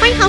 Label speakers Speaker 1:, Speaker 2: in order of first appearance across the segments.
Speaker 1: 欢迎好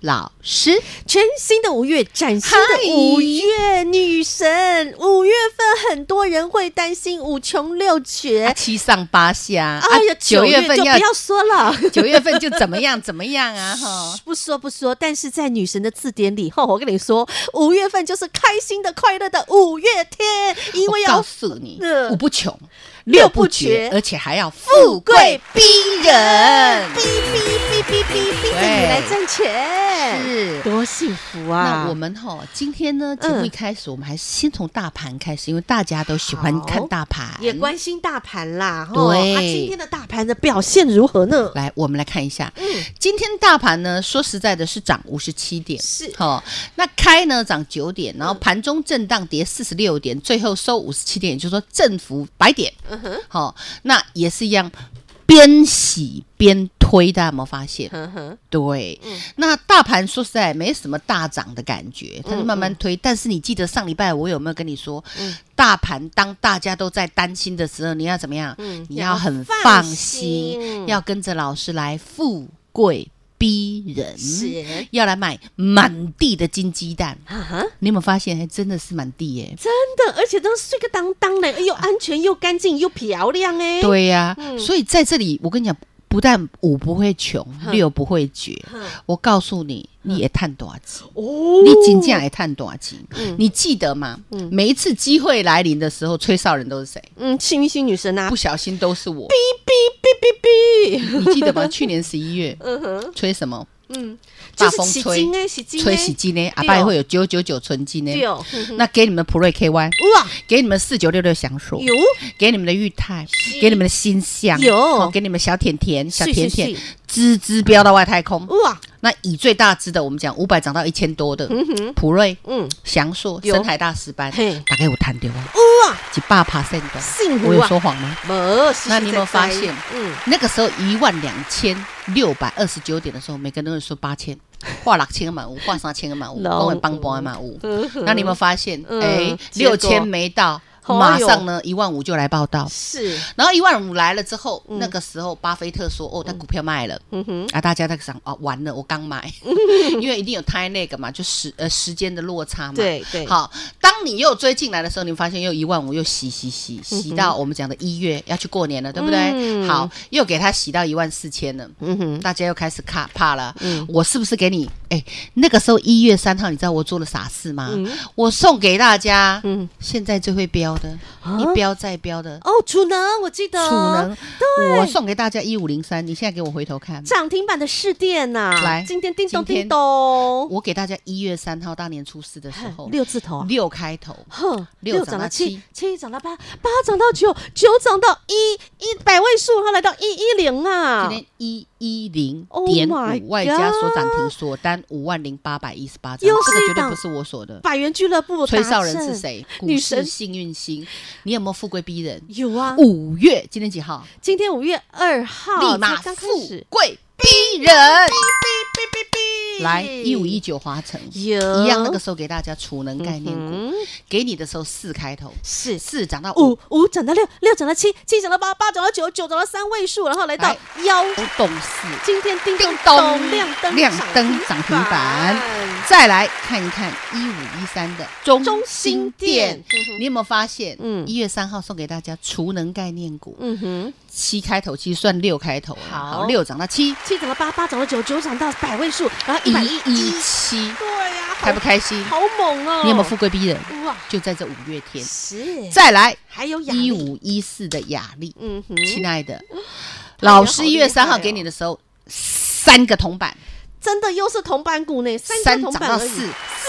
Speaker 2: 老师，
Speaker 1: 全新的五月，崭新的
Speaker 2: 嗨
Speaker 1: 五月女神。五月份很多人会担心五穷六
Speaker 2: 啊
Speaker 1: 绝，
Speaker 2: 七上八下，啊
Speaker 1: 哎呀，
Speaker 2: 九月份
Speaker 1: 就
Speaker 2: 要
Speaker 1: 不要说了。。
Speaker 2: 九月份就怎么样怎么样啊哈
Speaker 1: 不说不说，但是在女神的字典里，吼，我跟你说，五月份就是开心的、快乐的五月天，因为
Speaker 2: 我
Speaker 1: 要
Speaker 2: 告诉你
Speaker 1: 嗯，
Speaker 2: 五不穷，
Speaker 1: 六
Speaker 2: 六
Speaker 1: 不
Speaker 2: 不
Speaker 1: 绝
Speaker 2: 绝，而且还要
Speaker 1: 富
Speaker 2: 富
Speaker 1: 贵
Speaker 2: 贵逼人
Speaker 1: 哔。哔哔哔哔逼着你来赚钱，
Speaker 2: 是
Speaker 1: 多幸福啊！
Speaker 2: 那我们哈，今天呢，节
Speaker 1: 嗯
Speaker 2: 目一开始，我们还是先从大盘开始，因为大家都喜欢
Speaker 1: 好
Speaker 2: 看大盘，
Speaker 1: 也关心大盘啦，吼
Speaker 2: 哎对
Speaker 1: 啊，今天的大盘的表现如何呢？
Speaker 2: 来，我们来看一下，今天大盘呢，说实在的是涨五十七点，
Speaker 1: 是
Speaker 2: 哦，那开呢涨九点，然后盘中震荡跌四十六点，最后收五十七点，也就是说振幅百点，
Speaker 1: 嗯哼，
Speaker 2: 好、那也是一样，边洗边推，大家有没有发现？
Speaker 1: 哼哼，
Speaker 2: 对，
Speaker 1: 嗯
Speaker 2: 那大盘说实在没什么大涨的感觉，它就慢慢
Speaker 1: 嗯
Speaker 2: 推。但是你记得上礼拜我有没有跟你说，大盘当大家都在担心的时候，你要怎么样？
Speaker 1: 嗯
Speaker 2: 你要很
Speaker 1: 要放
Speaker 2: 放
Speaker 1: 心
Speaker 2: 心，要跟着老师来富贵逼人，
Speaker 1: 嗯是
Speaker 2: 要来买满地的金鸡蛋。
Speaker 1: 啊哈，
Speaker 2: 你有没有发现，还真的是满地耶、
Speaker 1: 真的，而且都是个当当的，又安全又干净又漂亮哎，，
Speaker 2: 啊对呀、
Speaker 1: 嗯
Speaker 2: 所以在这里，我跟你讲，不但五不会穷，六不会绝，我告诉你，你也探多少钱。
Speaker 1: 哦嗯
Speaker 2: 你金价也探多少钱？你记得吗？每一次机会来临的时候，吹哨人都是谁？
Speaker 1: 嗯，幸运星女神啊
Speaker 2: 不，小心都是我。
Speaker 1: 哔哔哔，
Speaker 2: 你记得吗？去年十一月
Speaker 1: 嗯哼，
Speaker 2: 吹什么？
Speaker 1: 嗯，就
Speaker 2: 大
Speaker 1: 是
Speaker 2: 风
Speaker 1: 洗
Speaker 2: 吹
Speaker 1: 金哎，洗金
Speaker 2: 吹
Speaker 1: 哎
Speaker 2: 洗机呢？阿爸也会有九九九纯金呢
Speaker 1: 对。哦，哼哼
Speaker 2: 那给你们普瑞 KY，
Speaker 1: 哇，
Speaker 2: 给你们四九六六祥硕，
Speaker 1: 有
Speaker 2: 给你们的裕泰，给你们的新象，
Speaker 1: 有
Speaker 2: 哦给你们小甜甜、小
Speaker 1: 是
Speaker 2: 甜
Speaker 1: 是
Speaker 2: 甜
Speaker 1: 是，
Speaker 2: 滋滋飙到外太空。
Speaker 1: 哇，
Speaker 2: 那以最大只的，我们讲五百涨到一千多的，普瑞、
Speaker 1: 嗯，
Speaker 2: 祥硕、
Speaker 1: 有
Speaker 2: 深海大师班
Speaker 1: 嘿，
Speaker 2: 大概有谈掉啊，
Speaker 1: 哇，
Speaker 2: 几百 percent 的。
Speaker 1: 幸
Speaker 2: 我
Speaker 1: 福
Speaker 2: 有
Speaker 1: 啊，
Speaker 2: 说谎吗？
Speaker 1: 没，实实
Speaker 2: 那你有没有
Speaker 1: 在在
Speaker 2: 发现
Speaker 1: 嗯，
Speaker 2: 那个时候一万两千六百二十九点的时候，每个人都说八千，画六千个满五，画三千个满五，
Speaker 1: 老
Speaker 2: 帮我帮帮满五。
Speaker 1: 嗯哼
Speaker 2: 那你有没有发现？
Speaker 1: 嗯
Speaker 2: 哎，
Speaker 1: 结果
Speaker 2: 六千没到，
Speaker 1: 哎呦
Speaker 2: 马上呢一万五就来报道。
Speaker 1: 是，
Speaker 2: 然后一万五来了之后，那个时候巴菲特说：“哦，他股票卖了。”
Speaker 1: 嗯哼，
Speaker 2: 啊，大家在想啊，完了，我 刚买，因为一定有 time lag 嘛，就时呃时间的落差嘛。
Speaker 1: 对对，
Speaker 2: 好，当你又追进来的时候，你会发现又一万五又洗洗洗洗到我们讲的一月要去过年了，对不对？
Speaker 1: 嗯
Speaker 2: 好，又给它洗到一万四千了，
Speaker 1: 嗯哼。
Speaker 2: 大家又开始卡怕了。我是不是给你？哎，那个时候一月三号，你知道我做了傻事吗？我送给大家，
Speaker 1: 嗯啊
Speaker 2: 现在最会标的，一标再标的。
Speaker 1: 哦，储能我记得
Speaker 2: 储能，
Speaker 1: 对
Speaker 2: 我送给大家一五零三，你现在给我回头看，
Speaker 1: 涨停板的市电呐、
Speaker 2: 来
Speaker 1: 今天叮咚
Speaker 2: 今天
Speaker 1: 叮咚，
Speaker 2: 我给大家一月三号大年初四的时候，
Speaker 1: 哦六字头啊，
Speaker 2: 六开头，
Speaker 1: 哼，
Speaker 2: 六
Speaker 1: 涨
Speaker 2: 涨到
Speaker 1: 七
Speaker 2: 七，
Speaker 1: 七涨到八，八涨到九，九涨到一，一百位数，它来到一一零啊
Speaker 2: 今，天一一零
Speaker 1: Oh
Speaker 2: 点
Speaker 1: my god
Speaker 2: 五，外加所涨停锁单五万零八百一十八张，这
Speaker 1: 又是
Speaker 2: 个
Speaker 1: 一
Speaker 2: 绝
Speaker 1: 档
Speaker 2: 对不是我锁的。
Speaker 1: 百元俱乐部
Speaker 2: 吹
Speaker 1: 达
Speaker 2: 哨人
Speaker 1: 阵
Speaker 2: 是？谁？股
Speaker 1: 女神
Speaker 2: 市幸运星，你有没有富贵逼人？
Speaker 1: 有啊，
Speaker 2: 五月今天几号？
Speaker 1: 今天五月二号，
Speaker 2: 立马
Speaker 1: 哦才刚开
Speaker 2: 富
Speaker 1: 始，
Speaker 2: 贵逼人。
Speaker 1: 哔哔哔哔
Speaker 2: 来一五一九华城，
Speaker 1: 有
Speaker 2: 一样那个时候给大家储能概念股，
Speaker 1: 嗯
Speaker 2: 给你的时候四开头，
Speaker 1: 是
Speaker 2: 四涨到五
Speaker 1: 五，五涨到六，六涨到七，七涨到八，八涨到九，九涨到三位数，然后来到
Speaker 2: 来
Speaker 1: 幺
Speaker 2: 都动四。
Speaker 1: 今天叮
Speaker 2: 哎
Speaker 1: 咚
Speaker 2: 叮咚，
Speaker 1: 咚亮灯
Speaker 2: 亮灯涨停板。再来看一看一五一三的中
Speaker 1: 中心
Speaker 2: 心
Speaker 1: 店
Speaker 2: 店
Speaker 1: 嗯哼，
Speaker 2: 你有没有发
Speaker 1: 嗯
Speaker 2: 现？嗯，一月三号送给大家储能概念股，
Speaker 1: 嗯哼，
Speaker 2: 七开头其实算六开头了，
Speaker 1: 好
Speaker 2: 六涨到七，
Speaker 1: 七涨到八，八涨到九，九涨到百位数，然后一百一
Speaker 2: 一七，
Speaker 1: 对呀、好
Speaker 2: 开不开心？
Speaker 1: 好猛哦！
Speaker 2: 你有没有富贵逼人？
Speaker 1: 哇？
Speaker 2: 就在这五月天。
Speaker 1: 是，
Speaker 2: 再来
Speaker 1: 还有雅
Speaker 2: 一
Speaker 1: 力，
Speaker 2: 五一四的雅力，
Speaker 1: 嗯哼，
Speaker 2: 亲爱的，老
Speaker 1: 好
Speaker 2: 师
Speaker 1: 厉
Speaker 2: 一月三
Speaker 1: 害
Speaker 2: 号
Speaker 1: 哦
Speaker 2: 给你的时候，三个铜板。
Speaker 1: 真的又是铜板股呢，
Speaker 2: 三
Speaker 1: 三个铜
Speaker 2: 涨
Speaker 1: 板
Speaker 2: 到
Speaker 1: 而已
Speaker 2: 四，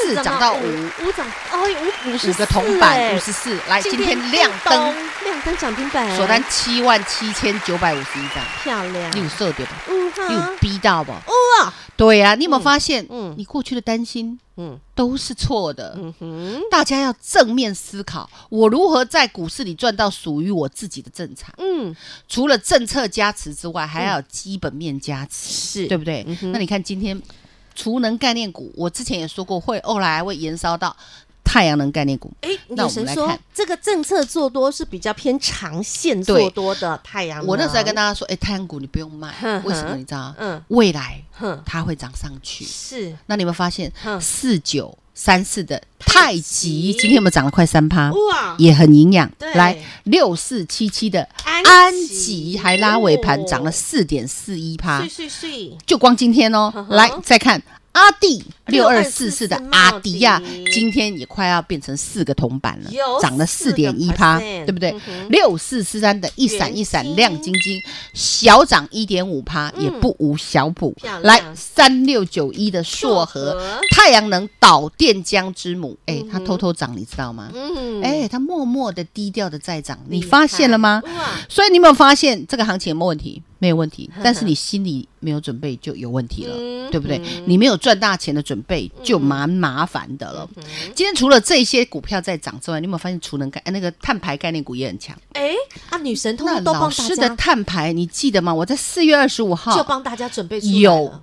Speaker 1: 四
Speaker 2: 四涨到五，
Speaker 1: 五涨，哎呦，五五是
Speaker 2: 五个铜
Speaker 1: 四
Speaker 2: 板
Speaker 1: 哎
Speaker 2: 五十四，来今天亮灯，
Speaker 1: 亮灯哎涨停板，
Speaker 2: 锁单七万七千九百五十一张，
Speaker 1: 漂亮，
Speaker 2: 你有设对吧？
Speaker 1: 嗯
Speaker 2: 你
Speaker 1: 哈
Speaker 2: 有，逼到不？
Speaker 1: 哇，
Speaker 2: 对呀、你有没有发现？
Speaker 1: 嗯嗯
Speaker 2: 你过去的担心
Speaker 1: 嗯
Speaker 2: 都是错的。
Speaker 1: 嗯哼，
Speaker 2: 大家要正面思考，我如何在股市里赚到属于我自己的正常。
Speaker 1: 嗯
Speaker 2: 除了政策加持之外，还要有基本面加持，
Speaker 1: 是
Speaker 2: 对不对？
Speaker 1: 嗯哼
Speaker 2: 那你看今天储能概念股，我之前也说过会，后来会延烧到太阳能概念股。
Speaker 1: 哎，
Speaker 2: 那
Speaker 1: 女
Speaker 2: 我们
Speaker 1: 神
Speaker 2: 来
Speaker 1: 说
Speaker 2: 看
Speaker 1: 这个政策做多是比较偏长线
Speaker 2: 对
Speaker 1: 做多的太阳能。啊
Speaker 2: 我那时候还跟大家说，哎，太阳股你不用卖
Speaker 1: 哼，哼
Speaker 2: 为什么？你知道？
Speaker 1: 嗯
Speaker 2: 未来
Speaker 1: 哼
Speaker 2: 它会涨上去。
Speaker 1: 是
Speaker 2: 那你有没有发现
Speaker 1: 嗯
Speaker 2: 四九三四的太
Speaker 1: 太
Speaker 2: 极
Speaker 1: 极
Speaker 2: 今天有没有涨了快三趴？
Speaker 1: 哇，
Speaker 2: 也很营养
Speaker 1: 对。
Speaker 2: 来六四七七的
Speaker 1: 安
Speaker 2: 安
Speaker 1: 吉
Speaker 2: 吉还拉尾盘
Speaker 1: 哦
Speaker 2: 涨了四点四一趴
Speaker 1: 碎，碎碎，
Speaker 2: 就光今天哦
Speaker 1: 呵，呵
Speaker 2: 来再看阿弟六二四
Speaker 1: 6244
Speaker 2: 四的阿迪亚
Speaker 1: 茂迪，
Speaker 2: 今天也快要变成四个铜板了
Speaker 1: 有，
Speaker 2: 涨了四点一趴，
Speaker 1: 4%
Speaker 2: 对不对
Speaker 1: 嗯？哼
Speaker 2: 六四四三的一闪一
Speaker 1: 元
Speaker 2: 闪
Speaker 1: 金
Speaker 2: 亮晶晶，小涨一点五趴，也不无小补
Speaker 1: 嗯漂。亮
Speaker 2: 来三六九一的硕
Speaker 1: 硕和
Speaker 2: 和太阳能导电浆之母，哎
Speaker 1: 嗯，
Speaker 2: 它偷偷涨，你知道吗？
Speaker 1: 嗯，
Speaker 2: 哎，它默默的低调的在涨，
Speaker 1: 厉
Speaker 2: 你
Speaker 1: 害
Speaker 2: 发现了吗？
Speaker 1: 哇，
Speaker 2: 所以你有没有发现这个行情有没有问题？没有 问题，但是你心里没有准备就有问题了，
Speaker 1: 嗯
Speaker 2: 对不对
Speaker 1: 嗯？
Speaker 2: 你没有赚大钱的准备就蛮麻烦的了。今
Speaker 1: 嗯
Speaker 2: 天除了这些股票在涨之外，你有没有发现储能概哎那个碳排概念股也很强？
Speaker 1: 哎，啊，女神通
Speaker 2: 那
Speaker 1: 通都
Speaker 2: 老
Speaker 1: 帮
Speaker 2: 师
Speaker 1: 大
Speaker 2: 的
Speaker 1: 家，
Speaker 2: 碳排你记得吗？我在四月二十五
Speaker 1: 就
Speaker 2: 号
Speaker 1: 帮大家准备出来了
Speaker 2: 有。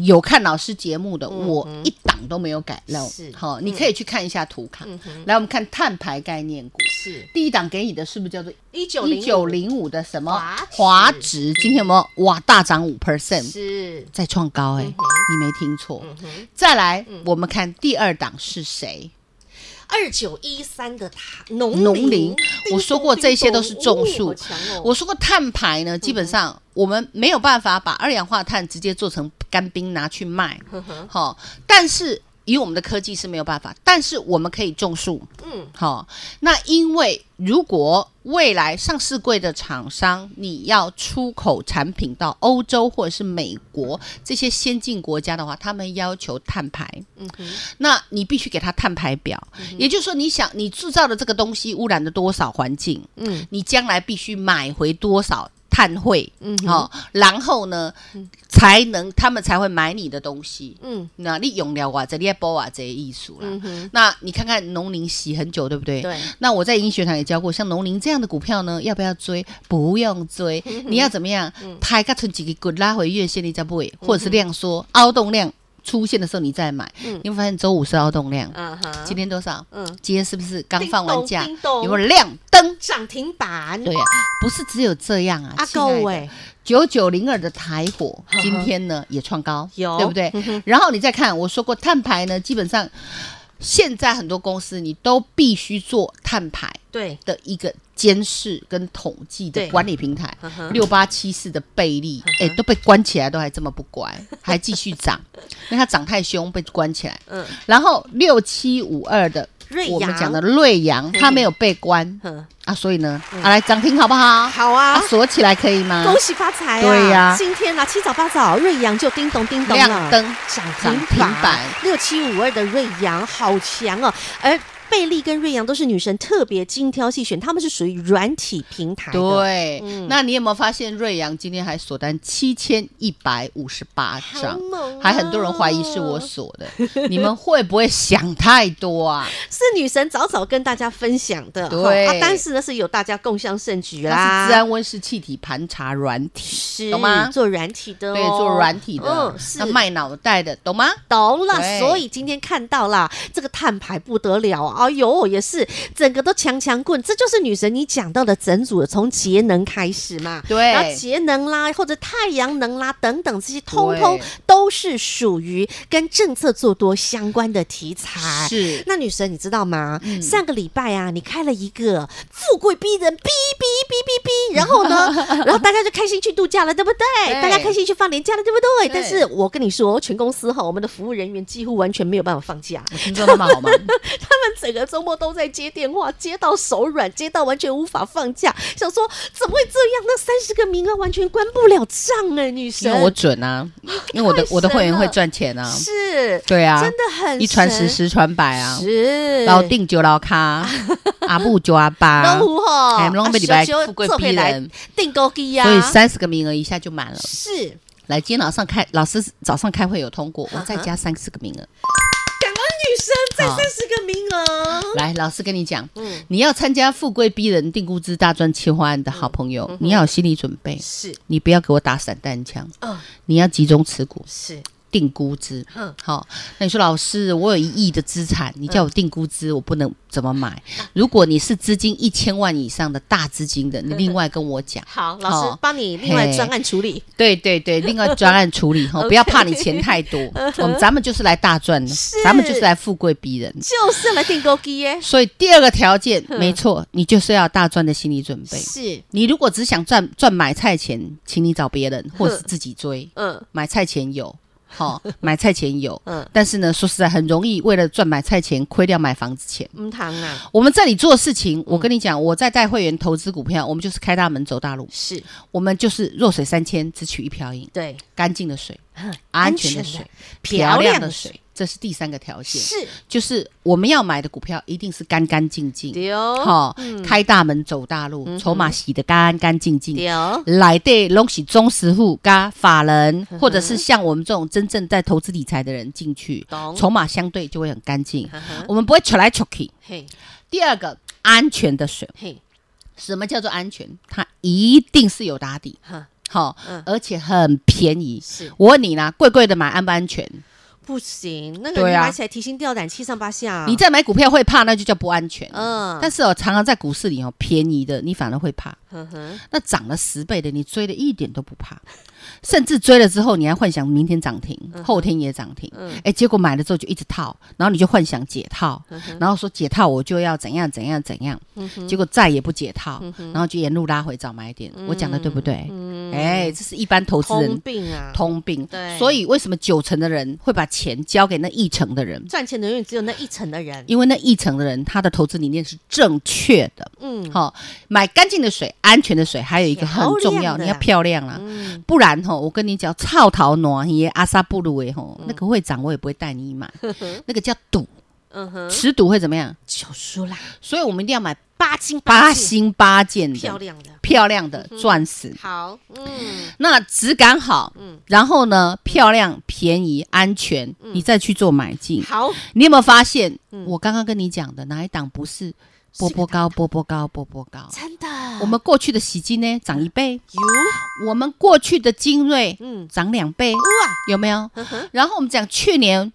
Speaker 2: 有看老师节目的，我一档都没有改漏
Speaker 1: 嗯是。
Speaker 2: 好，你可以去看一下图卡
Speaker 1: 嗯哼。
Speaker 2: 来，我们看碳排概念股，
Speaker 1: 是
Speaker 2: 第一档给你的是不是叫做
Speaker 1: 一九
Speaker 2: 一九
Speaker 1: 零
Speaker 2: 零五的什么
Speaker 1: 华指
Speaker 2: 华指，今天有没有哇大涨五 percent，
Speaker 1: 是
Speaker 2: 再创高哎、
Speaker 1: 嗯
Speaker 2: 你没听错。再来，我们看第二档是谁？
Speaker 1: 二九一三的塔农
Speaker 2: 农
Speaker 1: 林
Speaker 2: 林，我说过这些都是种树。我
Speaker 1: 我
Speaker 2: 说过碳排呢，基本上我们没有办法把二氧化碳直接做成干冰拿去卖，好、但是以我们的科技是没有办法，但是我们可以种树，
Speaker 1: 嗯，
Speaker 2: 好、那因为如果未来上市柜的厂商你要出口产品到欧洲或者是美国这些先进国家的话，他们要求碳排，
Speaker 1: 嗯哼，
Speaker 2: 那你必须给它碳排表，也就是说，你想你制造的这个东西污染了多少环境，
Speaker 1: 嗯
Speaker 2: 嗯，你将来必须买回多少碳汇，
Speaker 1: 嗯
Speaker 2: 嗯，哦，然后呢，才能他们才会买你的东西。
Speaker 1: 嗯
Speaker 2: 那你用了哇，这你也播哇，这艺术啦。
Speaker 1: 嗯哼，
Speaker 2: 那你看看农林洗很久，对不对？
Speaker 1: 对。
Speaker 2: 那我在英学堂也教过，像农林这样的股票呢，要不要追？不用追， 你要怎么样？
Speaker 1: 嗯
Speaker 2: 它该存几个滚拉回月线，你再不会，或者是量缩、凹动量出现的时候你再买。你会发现周五是凹动量，
Speaker 1: 嗯啊哈，
Speaker 2: 今天多少？
Speaker 1: 嗯
Speaker 2: 今天是不是刚放完假？
Speaker 1: 叮咚
Speaker 2: 有没有亮灯？
Speaker 1: 涨停板，
Speaker 2: 对呀、啊不是只有这样啊，
Speaker 1: 阿
Speaker 2: 亲爱的
Speaker 1: 够哎，
Speaker 2: 九九零二的台火，今天呢也创高，
Speaker 1: 有嗯
Speaker 2: 对不对？然后你再看，我说过碳排呢，基本上现在很多公司你都必须做碳排
Speaker 1: 对，
Speaker 2: 的一个监视跟统计的
Speaker 1: 对嗯
Speaker 2: 管理平台
Speaker 1: 呵呵，
Speaker 2: 六八七四的贝利，哎，都被关起来都还这么不 乖，还继续涨，因为它涨太凶被关起来。
Speaker 1: 嗯，
Speaker 2: 然后六七五二的
Speaker 1: 瑞
Speaker 2: 我们
Speaker 1: 阳
Speaker 2: 讲的瑞阳，它没有被关
Speaker 1: 嗯，
Speaker 2: 啊，所以呢，啊来涨停好不好？
Speaker 1: 好啊
Speaker 2: 啊，。锁起来可以吗？
Speaker 1: 恭喜发财啊！
Speaker 2: 对呀
Speaker 1: 今天啊，七早八早，瑞阳就叮咚叮咚了
Speaker 2: 亮，灯
Speaker 1: 啊涨
Speaker 2: 涨
Speaker 1: 停
Speaker 2: 停
Speaker 1: 板
Speaker 2: 板
Speaker 1: 六七五二的瑞阳好强哦，而贝利跟瑞阳都是女神特别精挑细选，他们是属于软体平台的，
Speaker 2: 对，
Speaker 1: 嗯
Speaker 2: 那你有没有发现瑞阳今天还锁单七千一百五十八
Speaker 1: 好
Speaker 2: 张？
Speaker 1: 猛、哦，
Speaker 2: 啊还很多人怀疑是我锁的，你们会不会想太多 啊？
Speaker 1: 是女神早早跟大家分享的，
Speaker 2: 对
Speaker 1: 吼啊，但是呢是有大家共襄盛举
Speaker 2: 它
Speaker 1: 啦，
Speaker 2: 是治安温室气体盘查软体，
Speaker 1: 是
Speaker 2: 懂吗
Speaker 1: 做软体的、哦，
Speaker 2: 对，做软体的
Speaker 1: 嗯，是
Speaker 2: 那卖脑袋的，懂吗？
Speaker 1: 懂了，
Speaker 2: 对
Speaker 1: 所以今天看到啦，这个碳排不得了啊！哎呦，也是整个都强强棍，这就是女神你讲到的整组，从节能开始嘛。
Speaker 2: 对
Speaker 1: 然后节能啦，或者太阳能啦等等这些，通通
Speaker 2: 对
Speaker 1: 都是属于跟政策做多相关的题材。
Speaker 2: 是，
Speaker 1: 那女神，你知道吗？
Speaker 2: 嗯
Speaker 1: 上个礼拜啊，你开了一个富贵逼人，哔哔哔哔哔，然后 呢，然后大家就开心去度假了，对不对？
Speaker 2: 对
Speaker 1: 大家开心去放年假了，对不对？
Speaker 2: 对
Speaker 1: 但是我跟你说，全公司哈，我们的服务人员几乎完全没有办法放假，
Speaker 2: 我听说他们好吗？
Speaker 1: 他们整个周末都在接电话，接到手软，接到完全无法放假，想说怎么会这样？那三十个名额完全关不了账哎、女
Speaker 2: 因
Speaker 1: 神，
Speaker 2: 为我准啊，因为我的
Speaker 1: 太神
Speaker 2: 我的会员会
Speaker 1: 了
Speaker 2: 赚钱啊，
Speaker 1: 是、
Speaker 2: 对啊
Speaker 1: 真，的很
Speaker 2: 一传十，
Speaker 1: 神
Speaker 2: 十传百啊，
Speaker 1: 是
Speaker 2: 老定就 老卡，阿布就阿巴，
Speaker 1: 都有吼，
Speaker 2: 哎，龙
Speaker 1: 啊
Speaker 2: 被礼拜
Speaker 1: 小小
Speaker 2: 富贵
Speaker 1: 做
Speaker 2: 逼
Speaker 1: 回来
Speaker 2: 人，
Speaker 1: 订购机呀，
Speaker 2: 所以三十个名额一下就满了。
Speaker 1: 是
Speaker 2: 来，今天早上开老师早上开会有通过，我再加三十个名额。
Speaker 1: 感恩女神在
Speaker 2: 好
Speaker 1: 三十个名额，
Speaker 2: 来，老师跟你讲，
Speaker 1: 嗯
Speaker 2: 你要参加富贵逼人定估值大赚企划案的好朋
Speaker 1: 嗯
Speaker 2: 友，你要有心理准备，
Speaker 1: 是
Speaker 2: 你不要给我打散弹枪，
Speaker 1: 嗯
Speaker 2: 你要集中持股。
Speaker 1: 是
Speaker 2: 定估值
Speaker 1: 嗯，。
Speaker 2: 好、那你说老师，我有一亿的资产，你叫我定估值，我不能怎么买？如果你是资金一千万以上的大资金的，你另外跟我讲
Speaker 1: 好，老师
Speaker 2: 好
Speaker 1: 帮你另外
Speaker 2: 嘿
Speaker 1: 专案处理，
Speaker 2: 对 对对，另外专案处理哈，
Speaker 1: OK 嗯
Speaker 2: 不要怕你钱太多，哦、咱们就是来大赚的，咱们就是来富贵逼人。
Speaker 1: 就是来订购机耶，
Speaker 2: 所以第二个条件，没错，你就是要有大赚的心理准备。
Speaker 1: 是
Speaker 2: 你如果只想赚赚买菜钱，请你找别人或是
Speaker 1: 嗯
Speaker 2: 自己追。
Speaker 1: 嗯
Speaker 2: 买菜 前有，好、买菜前有，
Speaker 1: 嗯
Speaker 2: 但是呢，说实在很容易为了赚买菜钱亏掉买房子钱。
Speaker 1: 嗯糖啊，
Speaker 2: 我们这里做事情，
Speaker 1: 嗯
Speaker 2: 我跟你讲，我在带会员投资股票，我们就是开大门走大路，
Speaker 1: 是
Speaker 2: 我们就是弱水三千，只取一瓢饮，
Speaker 1: 对，
Speaker 2: 干净的水，安
Speaker 1: 安
Speaker 2: 全
Speaker 1: 全
Speaker 2: 的
Speaker 1: 的
Speaker 2: 水，
Speaker 1: 漂亮的
Speaker 2: 水，这是第三个条件，
Speaker 1: 是
Speaker 2: 就是我们要买的股票一定是干干净净，
Speaker 1: 丢
Speaker 2: 好、
Speaker 1: 嗯
Speaker 2: 开大门走大路，筹码洗得干干净净，
Speaker 1: 丢
Speaker 2: 来对拢是中实户、嘎法
Speaker 1: 嗯
Speaker 2: 人，或者是像我们这种真正在投资理财的人进去
Speaker 1: 懂，嗯
Speaker 2: 筹码相对就会很干净，
Speaker 1: 呵呵
Speaker 2: 我们不会扯来扯去。
Speaker 1: 嘿
Speaker 2: 第二个，安全的水，
Speaker 1: 嘿
Speaker 2: 什么叫做安全？它一定是有打底，
Speaker 1: 哈
Speaker 2: 好、
Speaker 1: 嗯
Speaker 2: 而且很便宜。
Speaker 1: 是
Speaker 2: 我问你啦，贵贵的买安不安全？
Speaker 1: 不行，那个
Speaker 2: 对
Speaker 1: 你
Speaker 2: 啊
Speaker 1: 买起来提心吊胆，七上八下，啊
Speaker 2: 你在买股票会怕，那就叫不安全。
Speaker 1: 嗯
Speaker 2: 但是哦，常常在股市里哦，便宜的你反而会怕，
Speaker 1: 呵呵
Speaker 2: 那涨了十倍的你追的一点都不怕，甚至追了之后你还幻想明天涨
Speaker 1: 嗯
Speaker 2: 停，后天也涨停，哎、结果买了之后就一直套，然后你就幻想解套，
Speaker 1: 嗯
Speaker 2: 然后说解套我就要怎样怎样怎样，结果再也不解套，
Speaker 1: 嗯
Speaker 2: 然后就沿路拉回找买点。我讲的对不对？哎、这是一般投资
Speaker 1: 通
Speaker 2: 人
Speaker 1: 病啊，
Speaker 2: 通病，
Speaker 1: 对
Speaker 2: 所以为什么九成的人会把钱交给那一成的人？
Speaker 1: 赚钱的永远只有那一层的人，
Speaker 2: 因为那一层的人，他的投资理念是正确的。
Speaker 1: 嗯
Speaker 2: 好、买干净的水、安全的水，还有一个很重
Speaker 1: 漂亮
Speaker 2: 要，
Speaker 1: 的嗯
Speaker 2: 你要漂亮啦，不然吼、我跟你讲，操桃暖也阿萨布鲁诶吼，那个会长我也不会带 你买，那个叫赌，
Speaker 1: 嗯哼，
Speaker 2: 吃赌会怎么样？
Speaker 1: 就输啦，
Speaker 2: 所以我们一定要买
Speaker 1: 八斤
Speaker 2: 八
Speaker 1: 斤
Speaker 2: 星八件的、
Speaker 1: 漂亮嗯的，
Speaker 2: 漂亮的钻石，
Speaker 1: 好，嗯，
Speaker 2: 那质感好，然后呢，漂亮、便宜、安全，
Speaker 1: 嗯
Speaker 2: 你再去做买进。
Speaker 1: 好，
Speaker 2: 你有没有发现，
Speaker 1: 嗯
Speaker 2: 我刚刚跟你讲的哪一档不是波波高、波波高、波波高？
Speaker 1: 真的，
Speaker 2: 我们过去的洗金呢涨一倍，
Speaker 1: 有
Speaker 2: 我们过去的精锐
Speaker 1: 嗯
Speaker 2: 涨两倍，
Speaker 1: 哇，
Speaker 2: 有没有？
Speaker 1: 呵呵，
Speaker 2: 然后我们讲去年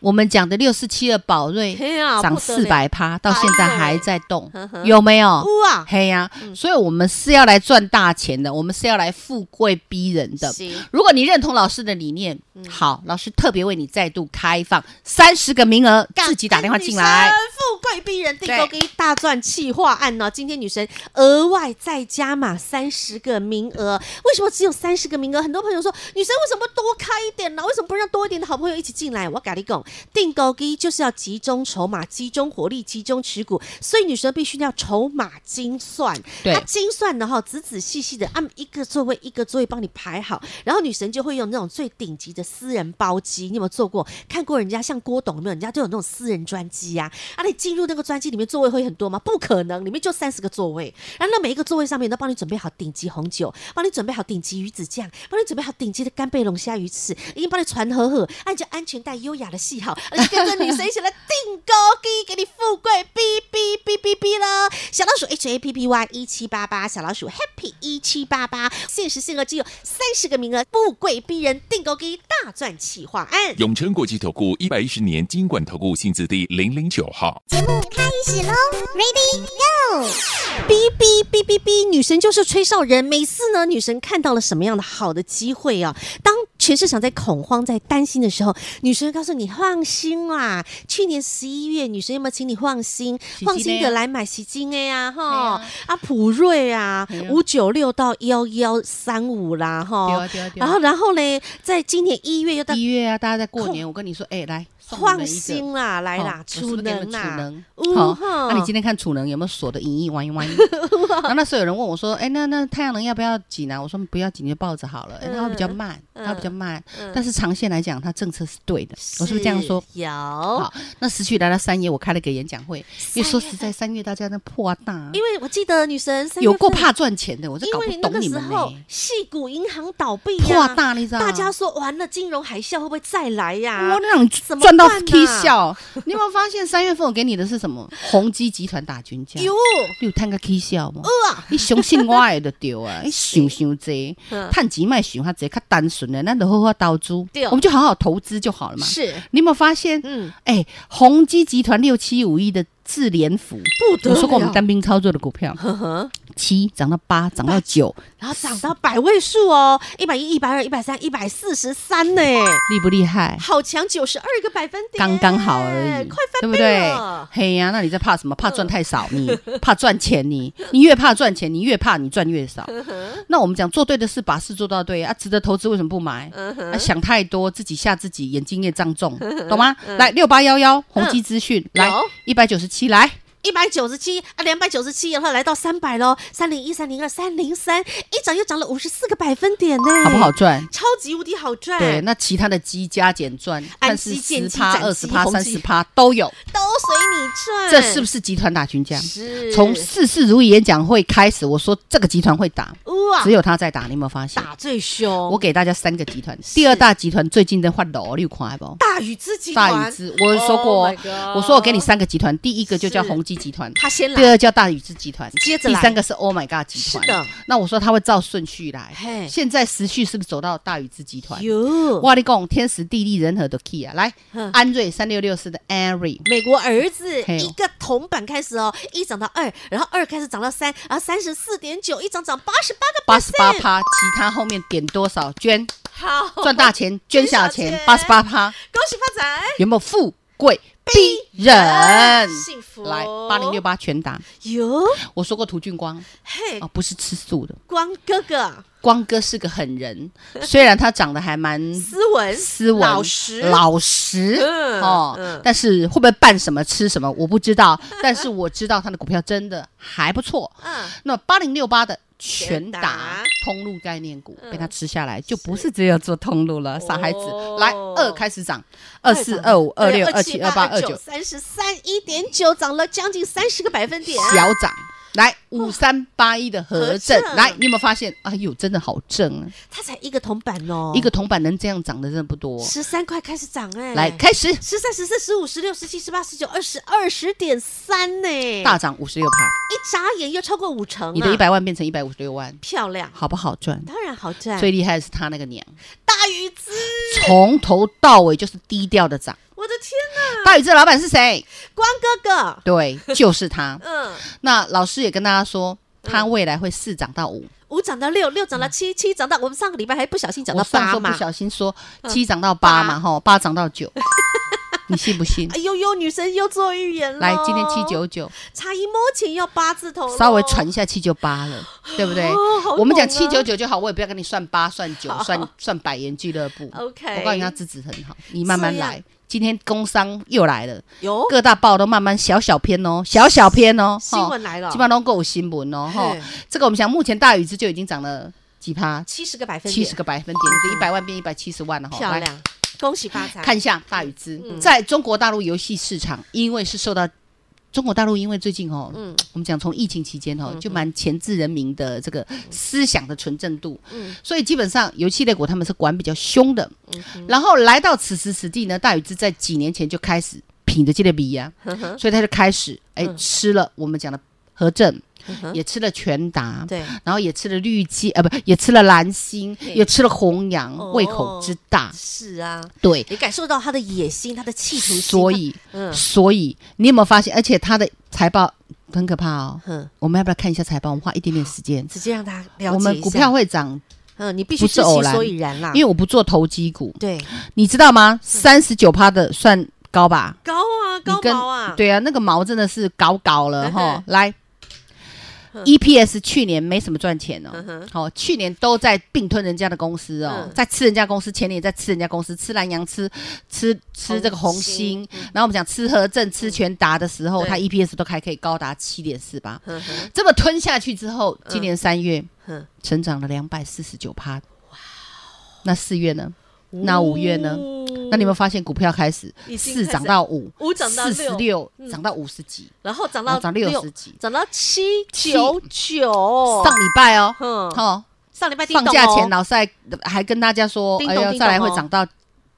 Speaker 2: 我们讲的六四七的宝瑞
Speaker 1: 嘿啊
Speaker 2: 涨
Speaker 1: 不得
Speaker 2: 四
Speaker 1: 了
Speaker 2: 百哦趴，到现在还在动
Speaker 1: 哎呦呵，呵
Speaker 2: 有没有？
Speaker 1: 哇，嗯
Speaker 2: 嘿呀、所以我们是要来赚大钱的，我们是要来富贵逼人的。
Speaker 1: 行，
Speaker 2: 如果你认同老师的理念，
Speaker 1: 嗯
Speaker 2: 好，老师特别为你再度开放三十个名额，自己打电话进来
Speaker 1: 感。哎恩女神富贵逼人，订购给大赚企划案呢、今天女神额外再加码三十个名额，为什么只有三十个名额？很多朋友说，女神为什么不多开一点呢、为什么不让多一点的好朋友一起进来？我跟你讲，订购给就是要集中筹码、集中火力、集中持股，所以女神必须要筹码精算。
Speaker 2: 对
Speaker 1: 那精算呢哈，仔仔细细的按一个座位一个座位帮你排好，然后女神就会用那种最顶级的私人包机，你有没有做过？看过人家像郭董有没有？人家都有那种私人专机呀、啊，啊，你进入那个专机里面座位会很多吗？不可能，里面就三十个座位，然后那每一个座位上面都帮你准备好顶级红酒，帮你准备好顶级鱼子酱，帮你准备好顶级的干贝龙虾鱼翅，已经帮你传呵呵，按照安全带优雅的系好，而且跟着女神一起来订购机，给你富贵哔哔哔哔哔了。小老鼠 H A P P Y 一七八八，小老鼠 Happy 一七八八，限时限额只有三十个名额，富贵逼人订购机大赚企划案。
Speaker 3: 永诚国际投顾一百一十年金管投顾性质第零零九号。
Speaker 1: 哔哔哔哔哔，女神就是吹哨人。每次呢，女神看到了什么样的好的机会啊？当全市场在恐慌、在担心的时候，女神告诉你放心啦。去年十一月，女神有没有请你放心？
Speaker 2: 洗
Speaker 1: 放
Speaker 2: 金
Speaker 1: 心
Speaker 2: 的
Speaker 1: 的
Speaker 2: 呀
Speaker 1: 来买洗金 A 啊，哈
Speaker 2: 对啊
Speaker 1: 啊普瑞啊
Speaker 2: 对，啊
Speaker 1: 五九六到幺幺三五啦，
Speaker 2: 对
Speaker 1: 哈
Speaker 2: 啊。对啊对
Speaker 1: 然后
Speaker 2: 啊。
Speaker 1: 然后嘞，在今年一月又到
Speaker 2: 一月啊，大家在过年，我跟你说，哎，来送你们一
Speaker 1: 放
Speaker 2: 个
Speaker 1: 心啦，来啦
Speaker 2: 哦，我是不
Speaker 1: 储
Speaker 2: 是给你
Speaker 1: 能
Speaker 2: 们储
Speaker 1: 啦，
Speaker 2: 能
Speaker 1: 嗯，
Speaker 2: 好、
Speaker 1: 哈
Speaker 2: 那你今天看储能有没有锁的隐隐弯 弯？然后那时候有人问我说，哎、那那太阳能要不要紧啊？我说不要紧，你就抱着好了，哎它会比较慢，
Speaker 1: 嗯
Speaker 2: 它会比较慢。
Speaker 1: 嗯
Speaker 2: 但是长线来讲，它政策是对的。我是不是这样说？？
Speaker 1: 有，
Speaker 2: 好那失去来到三爷，我开了个演讲会，因为说
Speaker 1: 三
Speaker 2: 实在，三月大家那破大啊，
Speaker 1: 因为我记得女神三月
Speaker 2: 有够
Speaker 1: 份
Speaker 2: 怕赚钱的，我真
Speaker 1: 因
Speaker 2: 搞不
Speaker 1: 为那
Speaker 2: 懂
Speaker 1: 个
Speaker 2: 你
Speaker 1: 时
Speaker 2: 们呢、
Speaker 1: 候，戏股银行倒闭
Speaker 2: 破
Speaker 1: 呀、
Speaker 2: 大，你知道吗？
Speaker 1: 大家说完了，金融海啸会不会再来呀、
Speaker 2: 哇，那让你
Speaker 1: 怎么
Speaker 2: 赚到
Speaker 1: 办呐
Speaker 2: K 笑。你有没有发现三月份我给你的是什么？宏基集团打均价。
Speaker 1: 哟，
Speaker 2: 你有趁个起笑无？
Speaker 1: 呃啊
Speaker 2: 你相信我的就对 啊！你想想这
Speaker 1: 嗯，
Speaker 2: 趁钱卖想遐这较单纯的，咱就好好投资
Speaker 1: 对，哦
Speaker 2: 我们就好好投资就好了嘛。
Speaker 1: 是，
Speaker 2: 你有没有发现？
Speaker 1: 嗯，
Speaker 2: 哎，宏基集团六七五一的智联福，
Speaker 1: 不得
Speaker 2: 我说过我们
Speaker 1: 了
Speaker 2: 单兵操作的股票，
Speaker 1: 哦呵呵，
Speaker 2: 七涨到八，涨到九，
Speaker 1: 然后涨到百位数哦，一百一、一百二、一百三、一百四十三呢，
Speaker 2: 厉不厉害？
Speaker 1: 好强，九十二个百分点，
Speaker 2: 刚刚好而已，
Speaker 1: 快
Speaker 2: 对
Speaker 1: 翻
Speaker 2: 不
Speaker 1: 倍
Speaker 2: 对
Speaker 1: 了。？嗯
Speaker 2: 嘿呀、那你在怕什么？怕赚太少，你 怕赚钱你，你越怕赚钱，你越怕你赚越少。
Speaker 1: 嗯
Speaker 2: 那我们讲做对的事，把事做到对啊，值得投资为什么不买？
Speaker 1: 嗯
Speaker 2: 啊，想太多，自己吓自己，眼睛也胀重，懂吗？来六八幺幺宏基资讯，来
Speaker 1: 嗯有
Speaker 2: 一百九十七，来
Speaker 1: 一百九十七啊，两百九十七，然后来到三百喽，三零一、三零二、三零三，一涨又涨了五十四个百分点呢，
Speaker 2: 好不好？赚？
Speaker 1: 超级无敌好赚，
Speaker 2: 对，那其他的基加减赚，
Speaker 1: 嗯按
Speaker 2: 看
Speaker 1: 基
Speaker 2: 是
Speaker 1: 见
Speaker 2: 十
Speaker 1: 基
Speaker 2: 趴、
Speaker 1: 斩
Speaker 2: 二
Speaker 1: 基
Speaker 2: 十趴、
Speaker 1: 宏
Speaker 2: 三
Speaker 1: 基
Speaker 2: 十趴都有，
Speaker 1: 都随你赚，
Speaker 2: 这是不是集团打群架？
Speaker 1: 是
Speaker 2: 从事事如意演讲会开始，我说这个集团会打，
Speaker 1: 哇
Speaker 2: 只有他在打，你有没有发现？
Speaker 1: 打最凶，
Speaker 2: 我
Speaker 1: 我
Speaker 2: 给大家三个集团，第二大集团最近在换楼，你有看不？
Speaker 1: 大禹之集团
Speaker 2: 大禹之，我说过哦
Speaker 1: Oh my god
Speaker 2: 我说我给你三啊个集团，第一个就是叫宏基集团，
Speaker 1: 他先
Speaker 2: 第
Speaker 1: 来，
Speaker 2: 二叫大禹之集团，
Speaker 1: 接着
Speaker 2: 第
Speaker 1: 来
Speaker 2: 三个是 Oh my God 集
Speaker 1: 是
Speaker 2: 团。
Speaker 1: 的，
Speaker 2: 那我说他会照顺序来
Speaker 1: 嘿，
Speaker 2: 现在时序是不是走到大禹之集团？
Speaker 1: 哟，
Speaker 2: 哇，你讲天时地利人和的 key 啊，来
Speaker 1: 嗯，
Speaker 2: 安瑞三六六四的 a n r y
Speaker 1: 美国儿子
Speaker 2: 嘿哦
Speaker 1: 一个铜板开始哦，一涨到二，然后二开始涨到三，然后三十四点九，一涨涨八十八个
Speaker 2: 八十八趴，其他后面点多少捐
Speaker 1: 好，
Speaker 2: 赚大钱，捐小钱
Speaker 1: 哦捐，小
Speaker 2: 八
Speaker 1: 钱
Speaker 2: 十八趴，
Speaker 1: 恭喜发财，啊
Speaker 2: 有没有富贵逼人？
Speaker 1: 幸福
Speaker 2: 来八零六八全打，
Speaker 1: 哟，
Speaker 2: 我说过涂俊光
Speaker 1: 嘿
Speaker 2: 啊、，不是吃素的。
Speaker 1: 光哥哥，
Speaker 2: 光哥是个狠人，虽然他长得还 蛮
Speaker 1: 斯文，
Speaker 2: 斯文、
Speaker 1: 老实，
Speaker 2: 老实
Speaker 1: 嗯
Speaker 2: 哦、
Speaker 1: 嗯
Speaker 2: 但是会不会办什么吃什么我不知道，但是我知道他的股票真的还不错。
Speaker 1: 嗯，
Speaker 2: 那八零六八的
Speaker 1: 全
Speaker 2: 全
Speaker 1: 打
Speaker 2: 打通路概念股、
Speaker 1: 嗯
Speaker 2: 被他吃下来，就不是只有做通路了，傻孩子！
Speaker 1: 哦
Speaker 2: 来二开始涨，二四二五二六二七二八二九
Speaker 1: 三十三一点九，涨了将近三十个百分点，哦
Speaker 2: 小涨。来五三八一的和
Speaker 1: 正
Speaker 2: 正，来，你有没有发现？哎呦，真的好正啊！
Speaker 1: 它才一个铜板哦，
Speaker 2: 一个铜板能这样涨的真的不多。
Speaker 1: 十三块开始涨哎、
Speaker 2: 来，开始
Speaker 1: 十三、十四、十五、十六、十七、十八、十九、二十、二十点三呢，
Speaker 2: 大涨五十六趴，
Speaker 1: 一眨眼又超过五成、啊，
Speaker 2: 你的一百万变成一百五十六万，
Speaker 1: 漂亮，
Speaker 2: 好不好赚？
Speaker 1: 当然好赚，
Speaker 2: 最厉害的是他那个娘，
Speaker 1: 大禹之，
Speaker 2: 从头到尾就是低调的涨。
Speaker 1: 我的天哪、
Speaker 2: 大宇这老板是谁？
Speaker 1: 光哥哥，
Speaker 2: 对，就是他。
Speaker 1: 嗯，
Speaker 2: 那老师也跟大家说，他未来会四涨到五。
Speaker 1: 五涨到六，六涨到七，七涨到我们上个礼拜还不小心涨
Speaker 2: 我
Speaker 1: 到
Speaker 2: 上
Speaker 1: 八
Speaker 2: 周
Speaker 1: 嘛嗯
Speaker 2: 不，小心说七涨到八嘛，吼，八涨到九，你信不信
Speaker 1: 哎？呦呦，女神又做预言了，
Speaker 2: 来，今天七，九九，
Speaker 1: 差一毛钱要八字头咯，
Speaker 2: 稍微传一下七九八了，对不对
Speaker 1: 哦好？
Speaker 2: 我们讲
Speaker 1: 猛
Speaker 2: 七
Speaker 1: 啊
Speaker 2: 九九就好，我也不要跟你算八、算九、算算百元俱乐部。
Speaker 1: ，OK，啊
Speaker 2: 我告诉你，他资质很好，你慢慢
Speaker 1: 这样
Speaker 2: 来。今天工商又来了，
Speaker 1: 有
Speaker 2: 各大报都慢慢小小篇哦，小小篇哦，
Speaker 1: 新闻来了
Speaker 2: 基本上都够有新闻哦，哈
Speaker 1: 嘿。
Speaker 2: 这个我们想，目前大禹之就已经涨了几趴，
Speaker 1: 七十个百分
Speaker 2: 七
Speaker 1: 点，
Speaker 2: 十个百分点，你的一百万变一百七十万了哈。
Speaker 1: 漂
Speaker 2: 来
Speaker 1: 亮，恭喜发财，
Speaker 2: 看一下大禹之，
Speaker 1: 嗯
Speaker 2: 在中国大陆游戏市场，因为是受到中国大陆，因为最近哦，
Speaker 1: 嗯
Speaker 2: 我们讲从疫情期间哦，就蛮钳制人民的这个思想的纯正度，
Speaker 1: 嗯
Speaker 2: 所以基本上游戏类股他们是管比较凶的。然后来到此时此地呢，大禹之在几年前就开始品着这类米呀，
Speaker 1: 呵呵，
Speaker 2: 所以他就开始哎、
Speaker 1: 嗯
Speaker 2: 吃了我们讲的和正，
Speaker 1: 嗯哼
Speaker 2: 也吃了全达，
Speaker 1: 对，
Speaker 2: 然后也吃了绿鸡，呃，不，也吃了蓝星
Speaker 1: 对，
Speaker 2: 也吃了红羊，
Speaker 1: 哦
Speaker 2: 胃口之大，
Speaker 1: 是啊，
Speaker 2: 对，
Speaker 1: 你感受到他的野心，他的企图心，
Speaker 2: 所以，
Speaker 1: 嗯
Speaker 2: 所以你有没有发现？而且他的财报很可怕哦。
Speaker 1: 哼，
Speaker 2: 我们要不要看一下财报？我们花一点点时间，
Speaker 1: 直接让他了解一下啊
Speaker 2: 我们股票会涨
Speaker 1: 嗯，你必须
Speaker 2: 不是
Speaker 1: 知
Speaker 2: 偶
Speaker 1: 其
Speaker 2: 然
Speaker 1: 所以然啦，
Speaker 2: 因
Speaker 1: 为
Speaker 2: 为我不做投机股，
Speaker 1: 对
Speaker 2: 你知道吗？三十九趴的算高吧？
Speaker 1: 高啊，
Speaker 2: 你
Speaker 1: 高
Speaker 2: 跟
Speaker 1: 毛啊，
Speaker 2: 对啊，那个毛真的是高高了
Speaker 1: 嗯哼
Speaker 2: 哈。来，EPS 去年没什么赚钱哦
Speaker 1: 嗯哼，
Speaker 2: 好，去年都在并吞人家的公司哦
Speaker 1: 嗯，
Speaker 2: 在吃人家公司，前年也在吃人家公司，吃南洋，吃吃吃这个红星，然后我们讲吃和正、吃全达的时候，
Speaker 1: 嗯对嗯
Speaker 2: 它 EPS 都还可以高达七点四八，
Speaker 1: 呵呵
Speaker 2: 这么吞下去之后，今年三月
Speaker 1: 呵
Speaker 2: 成长了两百四十九趴，哇，
Speaker 1: 哦
Speaker 2: 那四月呢？那五月呢？那你有没有发现股票开始
Speaker 1: 哦已经开
Speaker 2: 四
Speaker 1: 始
Speaker 2: 涨到五，
Speaker 1: 五涨到嗯
Speaker 2: 四十六，涨到五十几，
Speaker 1: 然后涨到
Speaker 2: 然哦后涨六十几。
Speaker 1: 涨到七
Speaker 2: 七
Speaker 1: 九九，
Speaker 2: 上礼拜哦，
Speaker 1: 嗯
Speaker 2: 哦，
Speaker 1: 上礼拜叮
Speaker 2: 放
Speaker 1: 咚
Speaker 2: 假
Speaker 1: 哦
Speaker 2: 前老师还还跟大家说，
Speaker 1: 叮
Speaker 2: 哎
Speaker 1: 咚
Speaker 2: 呦，
Speaker 1: 叮咚
Speaker 2: 再来会
Speaker 1: 哦
Speaker 2: 涨到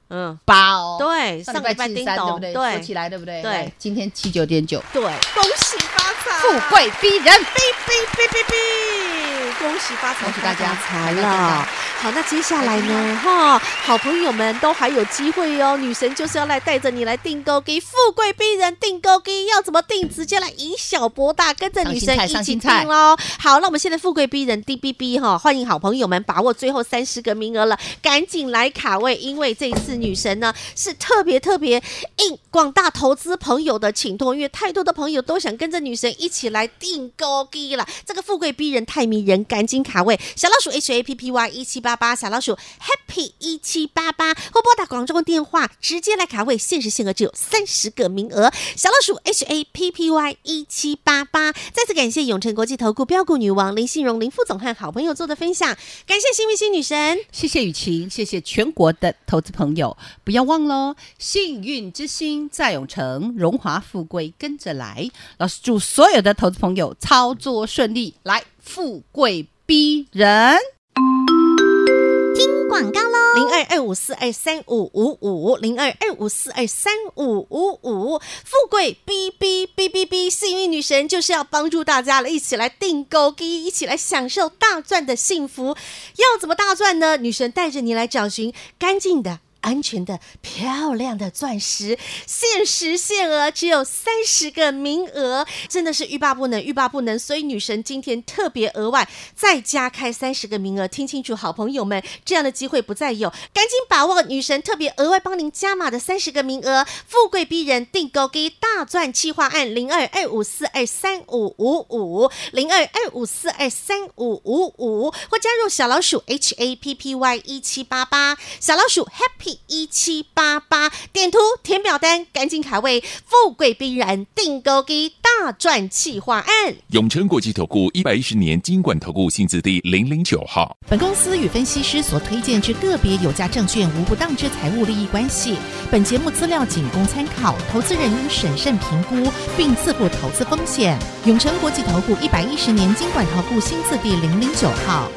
Speaker 1: 嗯，
Speaker 2: 八哦。
Speaker 1: 对，
Speaker 2: 上
Speaker 1: 上礼拜
Speaker 2: 七十
Speaker 1: 叮
Speaker 2: 三对不
Speaker 1: 咚，
Speaker 2: 对？
Speaker 1: 对
Speaker 2: 说起来对不对？
Speaker 1: 对
Speaker 2: 来今天七九点九，
Speaker 1: 对，恭喜发财，
Speaker 2: 富贵逼人。
Speaker 1: 哔哔哔哔，恭喜发财，
Speaker 2: 恭喜大家
Speaker 1: 财
Speaker 2: 还没有见
Speaker 1: 了
Speaker 2: 到。
Speaker 1: 好，那接下来呢？哈，好朋友们都还有机会哦。女神就是要来带着你来订购给富贵逼人订购给要怎么订？直接来以小博大，跟着女神
Speaker 2: 上新菜
Speaker 1: 一
Speaker 2: 上
Speaker 1: 起
Speaker 2: 新菜
Speaker 1: 订喽。好，那我们现在富贵逼人 D B B 哈，欢迎好朋友们把握最后三十个名额了，赶紧来卡位，因为这一次女神呢是特别特别应广大投资朋友的请托，因为太多的朋友都想跟着女神一起来订购给了。这个富贵逼人太迷人，赶紧卡位。小老鼠 H A P P Y 一七八八，小老鼠 Happy 一七八八，或拨打广州电话直接来卡位，限时限额只有三十个名额。小老鼠 H A P P Y 一七八八。再次感谢永诚国际投顾标股女王林信荣林副总和好朋友做的分享，感谢幸运星女神。
Speaker 2: 谢谢雨晴，谢谢全国的投资朋友，不要忘喽！幸运之星在永城，荣华富贵跟着来。老师祝所有的投资朋友操作顺利，来富贵逼人。
Speaker 1: 广告喽，零二二五四二三五五五，零二二五四二三五五五，富贵哔哔哔哔哔，幸运女神就是要帮助大家了，一起来订购机，一起来享受大赚的幸福。要怎么大赚呢？女神带着你来找寻干净的。安全的、漂亮的钻石，限时限额只有三十个名额，真的是欲罢不能，欲罢不能。所以女神今天特别额外再加开三十个名额，听清楚，好朋友们，这样的机会不再有，赶紧把握女神特别额外帮您加码的三十个名额，富贵逼人订购给大赚企划案零二二五四二三五五五零二二五四二三五五五，或加入小老鼠 H A P P Y 一七八八，小老鼠 Happy 一七八八，点图填表单，赶紧卡位，富贵逼人订购给大赚企划案。
Speaker 3: 永诚国际投顾一百一十年金管投顾性质第零零九号。
Speaker 4: 本公司与分析师所推荐之个别有价证券无不当之财务利益关系。本节目资料仅供参考，投资人应审慎评估并自负投资风险。永诚国际投顾一百一十年经管投顾新字第零零九号。